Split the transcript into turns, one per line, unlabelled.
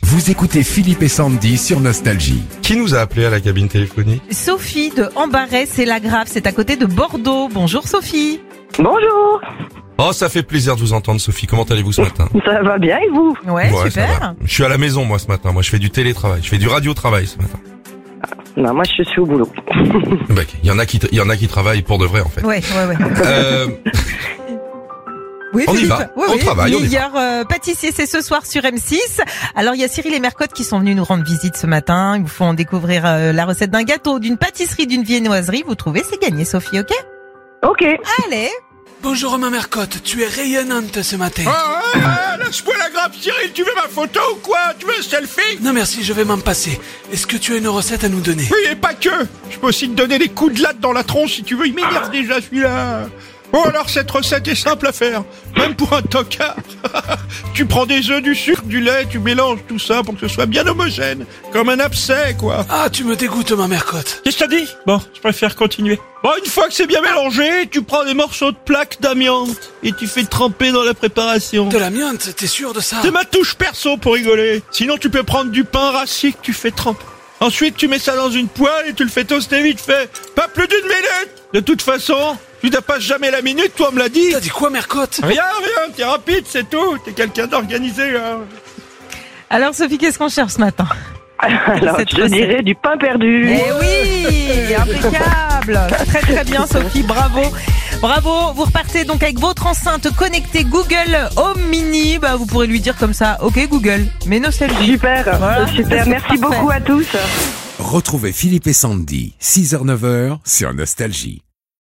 Vous écoutez Philippe et Sandy sur Nostalgie.
Qui nous a appelé à la cabine téléphonique
Sophie de Embarret, c'est la Grave, c'est à côté de Bordeaux. Bonjour Sophie.
Bonjour,
Oh, ça fait plaisir de vous entendre, Sophie. Comment allez-vous ce matin
ça va bien et vous
Ouais,
Ouais, ça
super.
va. Je suis à la maison, moi, ce matin. Moi, je fais du télétravail. Je fais du radio-travail ce matin.
Non, moi je suis au boulot.
Eh ben, Il y en a qui, il y en a qui travaillent pour de vrai, en fait.
Ouais, ouais, ouais.
Euh,
Oui,
On y
Philippe.
va,
Ouais,
on
oui.
travaille, on y
Meilleur euh, pâtissier, c'est ce soir sur M6. Alors, il y a Cyril et Mercotte qui sont venus nous rendre visite ce matin. Ils vous font découvrir euh, la recette d'un gâteau, d'une pâtisserie, d'une viennoiserie. Vous trouvez, c'est gagné, Sophie, ok
Ok,
Allez
Bonjour Romain Mercotte, tu es rayonnante ce matin.
Ah, Lâche-moi la grappe, Cyril, tu veux ma photo ou quoi Tu veux un selfie
Non merci, je vais m'en passer. Est-ce que tu as une recette à nous donner
Oui, et pas que Je peux aussi te donner des coups de latte dans la tronche si tu veux, il m'énerve déjà celui-là Bon alors, cette recette est simple à faire, même pour un tocard Tu prends des œufs, du sucre, du lait, tu mélanges tout ça pour que ce soit bien homogène, comme un abcès, quoi
Ah, tu me dégoûtes ma Mercotte.
Qu'est-ce que t'as dit Bon, je préfère continuer. Bon, une fois que c'est bien mélangé, tu prends des morceaux de plaques d'amiante et tu fais tremper dans la préparation.
De l'amiante, t'es sûr de ça
C'est ma touche perso pour rigoler. Sinon, tu peux prendre du pain rassis que tu fais tremper. Ensuite, tu mets ça dans une poêle et tu le fais toaster vite fait. Pas plus d'une minute De toute façon, tu n'as pas jamais la minute, toi, on me l'a dit.
T'as dit quoi Mercotte
Rien, rien, t'es rapide, c'est tout. T'es quelqu'un d'organisé, hein.
Alors, Sophie, qu'est-ce qu'on cherche ce matin
alors
Cette
je
recette.
dirais du pain perdu.
Eh oui, impeccable. Très très bien Sophie, bravo. Bravo, vous repartez donc avec votre enceinte connectée Google Home Mini. Bah, vous pourrez lui dire comme ça, ok Google, mais nostalgie.
Super,
Voilà.
super,
Parfait.
merci beaucoup à tous.
Retrouvez Philippe et Sandy, 6h-9h sur Nostalgie.